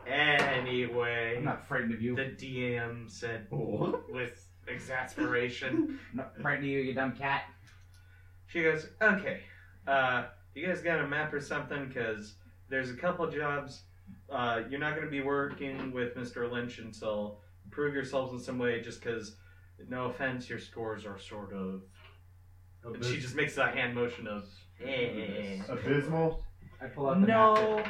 Speaker 3: Anyway,
Speaker 6: I'm not frightened of you.
Speaker 3: the DM said
Speaker 2: What?
Speaker 3: with exasperation.
Speaker 6: I'm not frightened of you, you dumb cat.
Speaker 3: she goes, "Okay, uh, you guys got a map or something? Because there's a couple jobs. Uh, you're not going to be working with Mr. Lynch until prove yourselves in some way. Just because, no offense, your scores are sort of." And she just makes that hand motion of, "Eh."
Speaker 4: Abysmal.
Speaker 6: I pull out the map.
Speaker 3: No,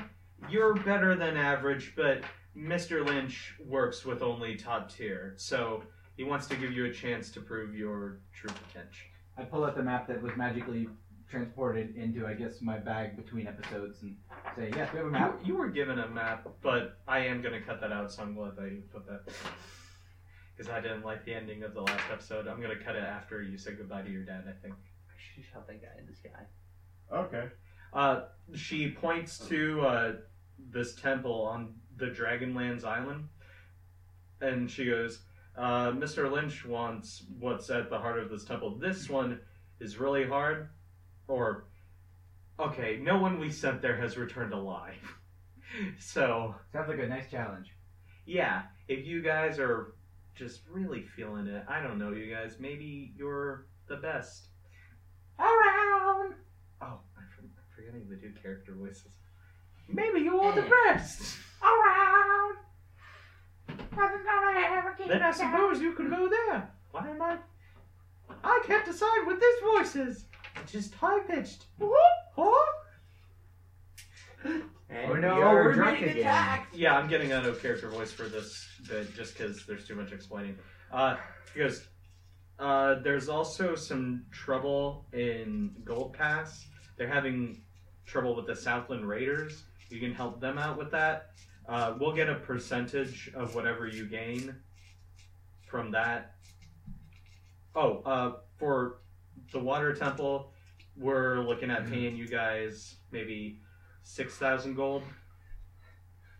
Speaker 3: you're better than average, but Mr. Lynch works with only top tier, so he wants to give you a chance to prove your true potential.
Speaker 6: I pull out the map that was magically transported into, I guess, my bag between episodes and say, yes, we have a map.
Speaker 3: You, you were given a map, but I am going to cut that out, so I'm glad that you put that. Because I didn't like the ending of the last episode. I'm going to cut it after you said goodbye to your dad, I think.
Speaker 2: I should shot that guy in the sky.
Speaker 4: Okay.
Speaker 3: Uh, she points to uh, this temple on the Dragonlands Island, and she goes, uh, "Mr. Lynch wants what's at the heart of this temple. This one is really hard." Or, okay, no one we sent there has returned alive. so,
Speaker 6: Sounds like a nice challenge.
Speaker 3: yeah, if you guys are just really feeling it, I don't know, you guys. Maybe you're the best.
Speaker 5: Around!
Speaker 3: Oh, I'm for- forgetting to do character voices. Maybe you are the
Speaker 5: Eh.
Speaker 3: best.
Speaker 5: Around! Nothing's gonna ever keep
Speaker 3: Then I
Speaker 5: us down.
Speaker 3: suppose you could go there. Why am I? I can't decide what this voice is. It's just high pitched. Huh?
Speaker 2: And
Speaker 6: Oh, no,
Speaker 2: we are
Speaker 6: we're
Speaker 2: drunk
Speaker 6: being
Speaker 2: again.
Speaker 6: attacked.
Speaker 3: Yeah, I'm getting out of character voice for this bit just because there's too much explaining. Uh, he goes, uh, there's also some trouble in Gold Pass. They're having trouble with the Southland Raiders. You can help them out with that. Uh, we'll get a percentage of whatever you gain from that. Oh, uh, for the Water Temple, we're looking at paying you guys maybe 6,000 gold.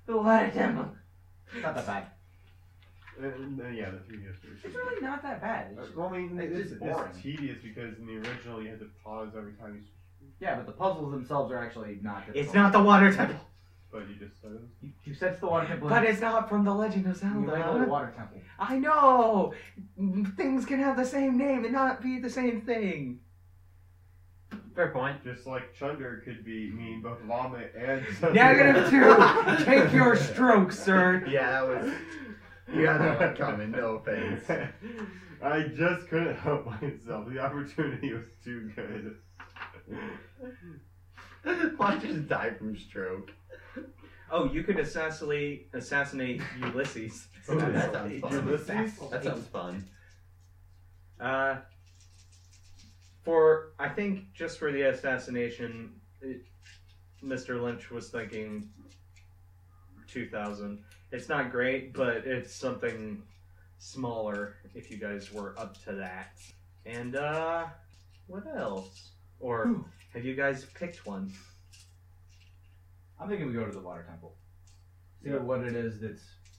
Speaker 5: The water temple.
Speaker 6: It's not that bad.
Speaker 4: And, and, yeah, the previous. version.
Speaker 5: It's really not that bad. It's
Speaker 4: Uh,
Speaker 5: just-
Speaker 4: Well, I mean,
Speaker 6: It's
Speaker 4: it's,
Speaker 6: just boring.
Speaker 4: it's tedious because in the original you had to pause every time you, s-
Speaker 6: Yeah, but the puzzles themselves are actually not difficult.
Speaker 3: It's not the Water Temple.
Speaker 4: but you just said it.
Speaker 6: You, you sense the water temple.
Speaker 1: But it's not from The Legend of
Speaker 6: you
Speaker 3: oh,
Speaker 6: label the
Speaker 1: Zelda.
Speaker 6: water temple.
Speaker 1: I know! Things can have the same name and not be the same thing.
Speaker 2: Fair point.
Speaker 4: Just like Chunder could be mean both vomit and.
Speaker 1: Negative two! Take your stroke, sir!
Speaker 2: Yeah, that was. You had that one coming. No offense.
Speaker 4: I just couldn't help myself. The opportunity was too good.
Speaker 2: Why just die from stroke?
Speaker 3: Oh, you could assassinate assassinate Ulysses.
Speaker 2: Oh, that sounds fun.
Speaker 4: Ulysses?
Speaker 2: That sounds fun.
Speaker 3: Uh, for I think just for the assassination, it, Mr. Lynch was thinking two thousand. It's not great, but it's something smaller if you guys were up to that. And uh, what else? Or have you guys picked one?
Speaker 6: I'm thinking we go to the water temple. See
Speaker 4: Yeah.
Speaker 6: what it is that's.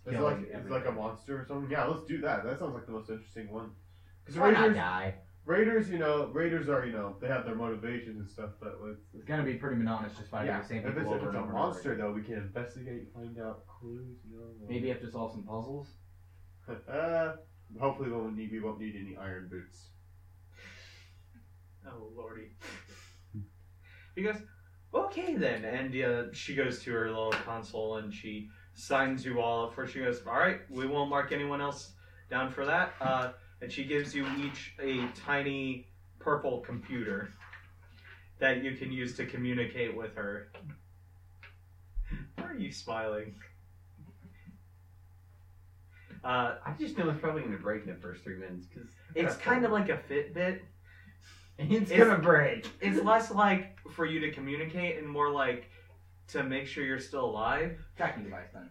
Speaker 4: It's
Speaker 6: killing
Speaker 4: like it's
Speaker 6: everything.
Speaker 4: like a monster or something. Yeah, let's do that. That sounds like the most interesting one. Because
Speaker 2: Why not
Speaker 4: Raiders,
Speaker 2: die?
Speaker 4: Raiders, you know, Raiders are you know they have their motivations and stuff, but
Speaker 6: It's gonna be pretty monotonous just fighting
Speaker 4: yeah,
Speaker 6: the same
Speaker 4: if
Speaker 6: people
Speaker 4: it's,
Speaker 6: over
Speaker 4: if it's
Speaker 6: and
Speaker 4: a
Speaker 6: over. and over
Speaker 4: monster
Speaker 6: again.
Speaker 4: though, we can investigate, find out clues. You know, like-
Speaker 6: Maybe you have to solve some puzzles.
Speaker 4: Uh, hopefully we won't need we won't need any iron boots.
Speaker 3: Oh lordy. She goes, okay then. And uh, she goes to her little console and she signs you all up for. She goes, all right, we won't mark anyone else down for that. Uh, and she gives you each a tiny purple computer that you can use to communicate with her. Why are you smiling? Uh,
Speaker 2: I just know it's probably gonna break in the first three minutes because
Speaker 3: it's kind of like a Fitbit.
Speaker 2: it's,
Speaker 3: it's-
Speaker 2: gonna break.
Speaker 3: It's less like for you to communicate and more like to make sure you're still alive.
Speaker 5: Tracking device then.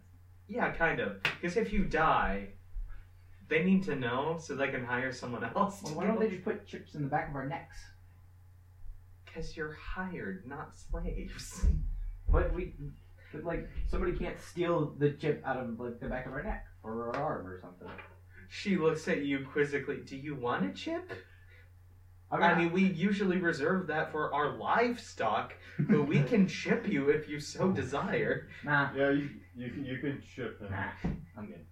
Speaker 3: Yeah, kind of. Because if you die, they need to know so they can hire someone else.
Speaker 5: Well, why don't they just put chips in the back of our necks?
Speaker 3: Because you're hired, not slaves.
Speaker 5: But we, but like somebody can't steal the chip out of like the back of our neck or our arm or something.
Speaker 3: She looks at you quizzically. Do you want a chip?
Speaker 5: I mean,
Speaker 3: I mean, we usually reserve that for our livestock, but we can chip you if you so desire.
Speaker 5: nah,
Speaker 4: Yeah, you you can you can ship him.
Speaker 5: nah, I'm good.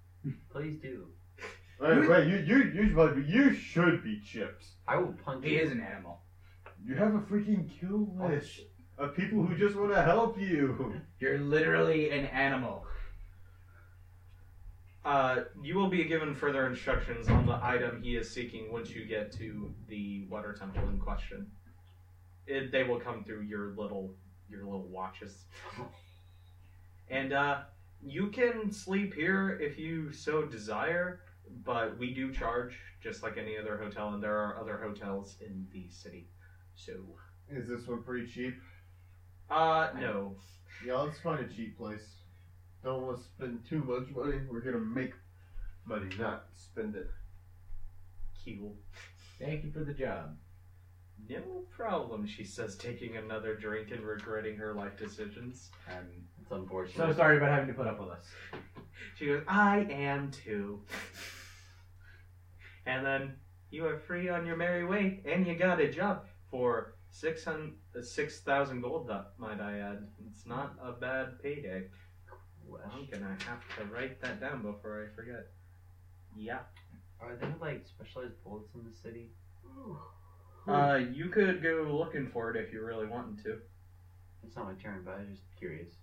Speaker 2: Please do.
Speaker 4: Wait, wait, you you you should probably be, you should be chips.
Speaker 2: I will punch
Speaker 5: He
Speaker 2: you.
Speaker 5: is an animal.
Speaker 4: You have a freaking kill list of people who just want to help you.
Speaker 6: You're literally an animal.
Speaker 3: Uh, you will be given further instructions on the item he is seeking once you get to the water temple in question. It, they will come through your little your little watches, and uh, you can sleep here if you so desire. But we do charge just like any other hotel, and there are other hotels in the city. So,
Speaker 4: Is this one pretty cheap?
Speaker 3: uh, no,
Speaker 4: Yeah, let's find a cheap place. Don't want to spend too much money. We're gonna make money, not spend it.
Speaker 3: Keel.
Speaker 6: Thank you for the job.
Speaker 3: No problem, she says, taking another drink and regretting her life decisions.
Speaker 6: I'm
Speaker 2: It's unfortunate.
Speaker 6: so sorry about having to put up with us.
Speaker 3: She goes, I am too. and then you are free on your merry way, and you got a job for 6,000 gold, that might I add. It's not a bad payday. I'm gonna have to write that down before I forget. Yeah.
Speaker 2: Are there like specialized bullets in the city?
Speaker 3: Uh, you could go looking for it if you really wanted to.
Speaker 2: It's not my turn, but I was just curious.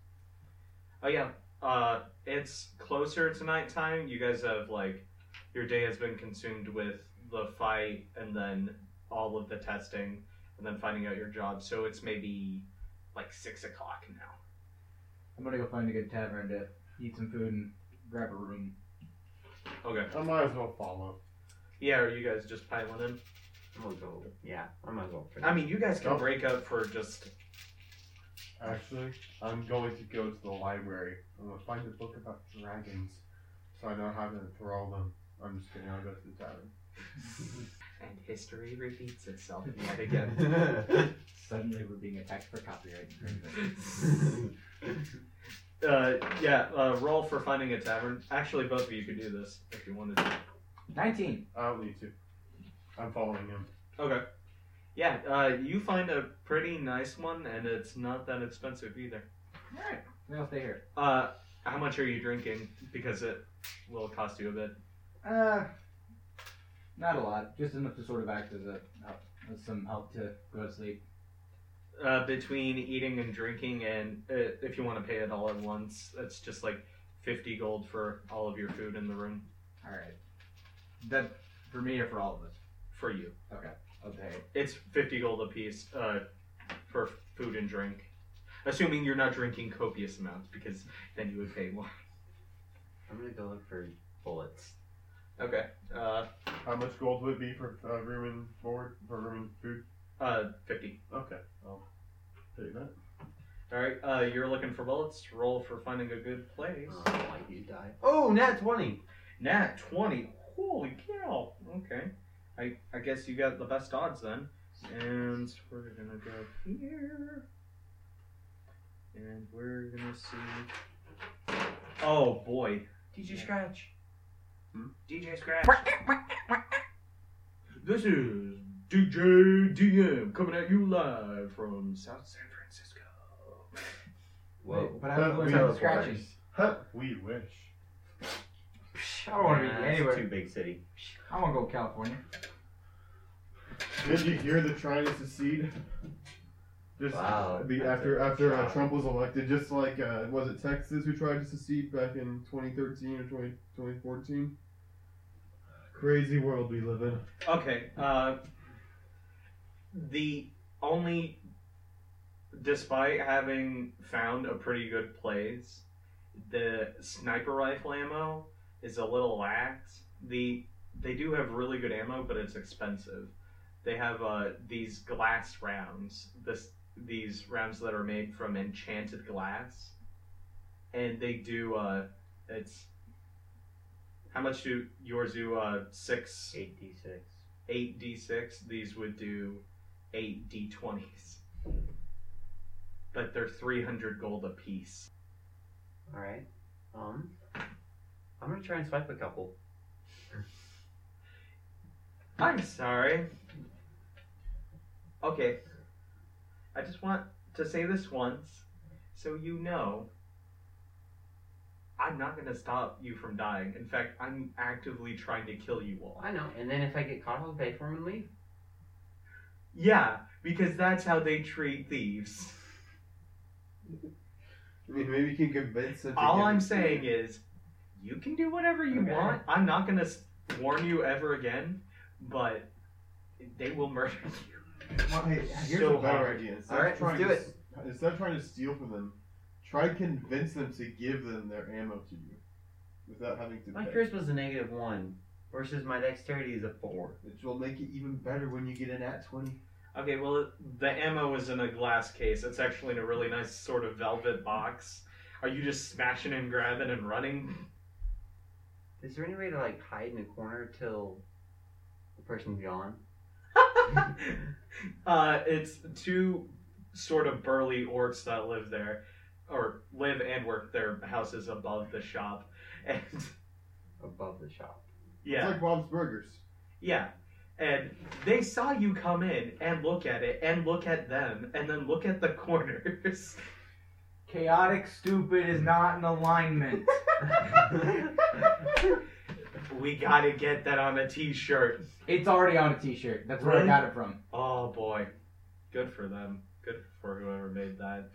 Speaker 3: Oh yeah. Uh, it's closer to nighttime. You guys have like your day has been consumed with the fight and then all of the testing and then finding out your job. So it's maybe like six o'clock now.
Speaker 6: I'm gonna go find a good tavern to eat some food and grab a room.
Speaker 3: Okay.
Speaker 4: I might as well follow.
Speaker 3: Yeah. Are you guys just piling in?
Speaker 2: I'm gonna go. Yeah, I might as well.
Speaker 3: I mean, you guys can
Speaker 4: Nope.
Speaker 3: break up for just.
Speaker 4: Actually, I'm going to go to the library. I'm gonna find a book about dragons, so I know how to enthrall them. I'm just kidding. I'll go to the tavern.
Speaker 3: And history repeats itself yet again.
Speaker 6: Suddenly we're being attacked for copyright infringement.
Speaker 3: Uh, yeah. Uh, roll for finding a tavern. Actually, both of you could do this if you wanted to.
Speaker 5: Nineteen.
Speaker 4: I don't need to. I'm following him.
Speaker 3: Okay. Yeah, uh, you find a pretty nice one, and it's not that expensive either.
Speaker 5: All right, then I'll stay here.
Speaker 3: Uh, how much are you drinking? Because it will cost you a bit.
Speaker 6: Uh, not a lot. Just enough to sort of act as a help, as some help to go to sleep.
Speaker 3: Uh, between eating and drinking, and uh, if you want to pay it all at once, it's just like fifty gold for all of your food in the room
Speaker 6: All right. That for me or for all of us?
Speaker 3: for you.
Speaker 6: Okay.
Speaker 3: It's fifty gold apiece uh, for food and drink, assuming you're not drinking copious amounts, because then you would pay more.
Speaker 2: I'm gonna go look for bullets.
Speaker 3: Okay. Uh,
Speaker 4: How much gold would it be for uh, room and board for room and food?
Speaker 3: uh, fifty.
Speaker 4: Okay, I'll take that.
Speaker 3: All right, uh, you're looking for bullets. Roll for finding a good place.
Speaker 2: Oh, why you die? Oh, nat twenty.
Speaker 3: Nat twenty. Holy cow! Okay, I I guess you got the best odds then. And we're gonna go here, and we're gonna see. Oh boy,
Speaker 1: DJ Scratch.
Speaker 3: DJ Scratch. This is DJ DM coming at you live from South San Francisco.
Speaker 2: Whoa.
Speaker 6: But I
Speaker 4: Uh,
Speaker 6: was going
Speaker 4: we
Speaker 6: to start
Speaker 4: have
Speaker 6: scratching.
Speaker 4: Huh, we wish.
Speaker 6: I don't want to
Speaker 2: Nah,
Speaker 6: be
Speaker 2: it's
Speaker 6: anywhere.
Speaker 2: Too big city.
Speaker 6: I want to go to California.
Speaker 4: Did you hear the trying to secede? Just
Speaker 2: Wow,
Speaker 4: the,
Speaker 2: that's
Speaker 4: after
Speaker 2: a
Speaker 4: after uh,
Speaker 2: shock.
Speaker 4: Trump was elected, just like uh, was it Texas who tried to secede back in 2013 or 20, 2014? Crazy world we live in.
Speaker 3: Okay. Uh, the only, despite having found a pretty good place, the sniper rifle ammo is a little lax. The they do have really good ammo, but it's expensive. They have uh, these glass rounds. This these rounds that are made from enchanted glass, and they do. Uh, it's how much do yours do? Uh, six
Speaker 2: Eight d six.
Speaker 3: eight d six. These would do eight d twenties. But they're three hundred gold apiece.
Speaker 2: All right. Um, I'm gonna try and swipe a couple.
Speaker 3: I'm sorry. Okay. I just want to say this once, so you know. I'm not gonna stop you from dying. In fact, I'm actively trying to kill you all.
Speaker 2: I know. And then if I get caught, I'll pay for them and leave.
Speaker 3: Yeah, because that's how they treat thieves.
Speaker 4: I mean, maybe you can convince them. to
Speaker 3: All
Speaker 4: give
Speaker 3: I'm
Speaker 4: it-
Speaker 3: saying is, you can do whatever you
Speaker 2: Okay.
Speaker 3: want. I'm not gonna s- warn you ever again, but they will murder you.
Speaker 4: Well, hey, here's
Speaker 3: So
Speaker 4: a better
Speaker 3: hard.
Speaker 4: idea. Instead
Speaker 2: All right,
Speaker 4: of trying
Speaker 2: let's do
Speaker 4: to, s- Instead of trying to steal from them, try convince them to give them their ammo to you, without having to.
Speaker 2: My
Speaker 4: pay.
Speaker 2: charisma's a negative one, versus my dexterity is a four.
Speaker 4: Which will make it even better when you get an at twenty.
Speaker 3: Okay, well, the ammo is in a glass case. It's actually in a really nice sort of velvet box. Are you just smashing and grabbing and running?
Speaker 2: Is there any way to like hide in a corner till the person's gone?
Speaker 3: uh, it's two sort of burly orcs that live there, or live and work their houses above the shop. And
Speaker 2: Above the shop.
Speaker 3: yeah,
Speaker 4: It's like Bob's Burgers.
Speaker 3: Yeah. And they saw you come in and look at it and look at them and then look at the corners.
Speaker 5: Chaotic stupid is not in alignment.
Speaker 3: we gotta get that on a t shirt.
Speaker 5: it's already on a T-shirt. That's where I
Speaker 3: Really?
Speaker 5: got it from.
Speaker 3: Oh boy. Good for them. Good for whoever made that.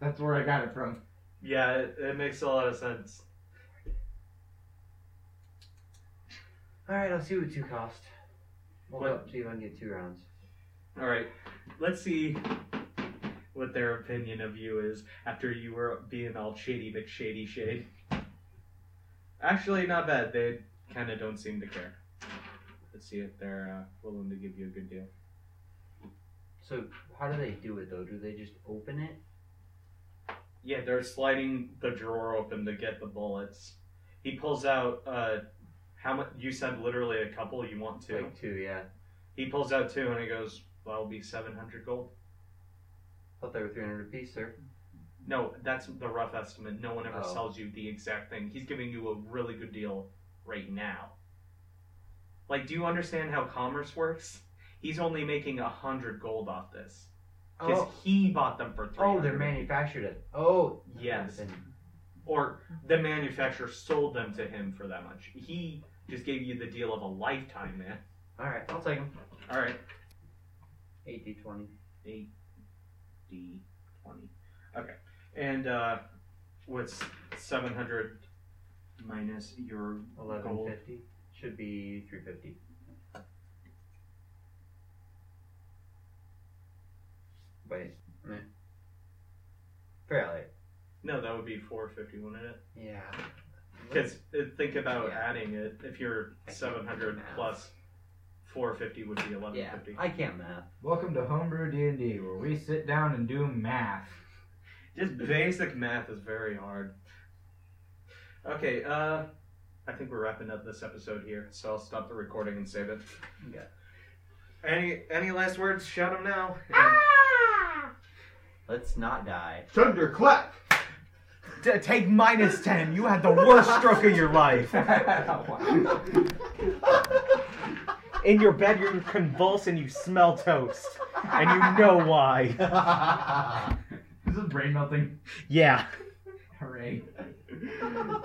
Speaker 5: That's where I got it from.
Speaker 3: Yeah, it, it makes a lot of sense.
Speaker 2: All right, I'll see what two cost. We'll
Speaker 3: What?
Speaker 2: go up, see if I can get two rounds.
Speaker 3: Alright, let's see what their opinion of you is after you were being all shady McShady shade. Actually, not bad. They kind of don't seem to care. Let's see if they're uh, willing to give you a good deal.
Speaker 2: So how do they do it though? Do they just open it?
Speaker 3: Yeah, they're sliding the drawer open to get the bullets. He pulls out uh how much you said literally a couple you want two.
Speaker 2: Like two, yeah.
Speaker 3: He pulls out two and he goes, well, "That'll be 700 gold."
Speaker 2: Thought they were three hundred apiece, sir.
Speaker 3: No, that's the rough estimate. No one ever
Speaker 2: Oh.
Speaker 3: sells you the exact thing. He's giving you a really good deal right now. Like, do you understand how commerce works? He's only making a hundred gold off this because
Speaker 2: Oh,
Speaker 3: he bought them for three.
Speaker 2: oh, they're manufactured it. Oh,
Speaker 3: Yes.
Speaker 2: Then-
Speaker 3: or the manufacturer sold them to him for that much. He just gave you the deal of a lifetime, man.
Speaker 2: All right, I'll take them.
Speaker 3: All right,
Speaker 2: Eight d twenty.
Speaker 3: eight d twenty. Okay, and uh, what's seven hundred minus your
Speaker 2: Eleven
Speaker 3: gold?
Speaker 2: fifty. Should be three fifty. Wait. Meh. Fairly.
Speaker 3: No, that would be four fifty, wouldn't it?
Speaker 2: Yeah.
Speaker 3: Because think about
Speaker 2: Yeah.
Speaker 3: adding it. If you're
Speaker 2: I can't
Speaker 3: seven hundred
Speaker 2: do math.
Speaker 3: plus four fifty would be eleven
Speaker 2: Yeah.
Speaker 3: fifty.
Speaker 2: I can't math.
Speaker 6: Welcome to Homebrew D&D, where we sit down and do math.
Speaker 3: Just basic math is very hard. Okay, uh, I think we're wrapping up this episode here, so I'll stop the recording and save it.
Speaker 2: Yeah.
Speaker 3: Any any last words? Shout them now.
Speaker 2: Let's not die.
Speaker 4: Thunderclap.
Speaker 1: D- take minus 10. You had the worst stroke of your life. In your bed, you're convulsing, you smell toast. And you know why.
Speaker 5: This is brain melting.
Speaker 1: Yeah.
Speaker 5: Hooray.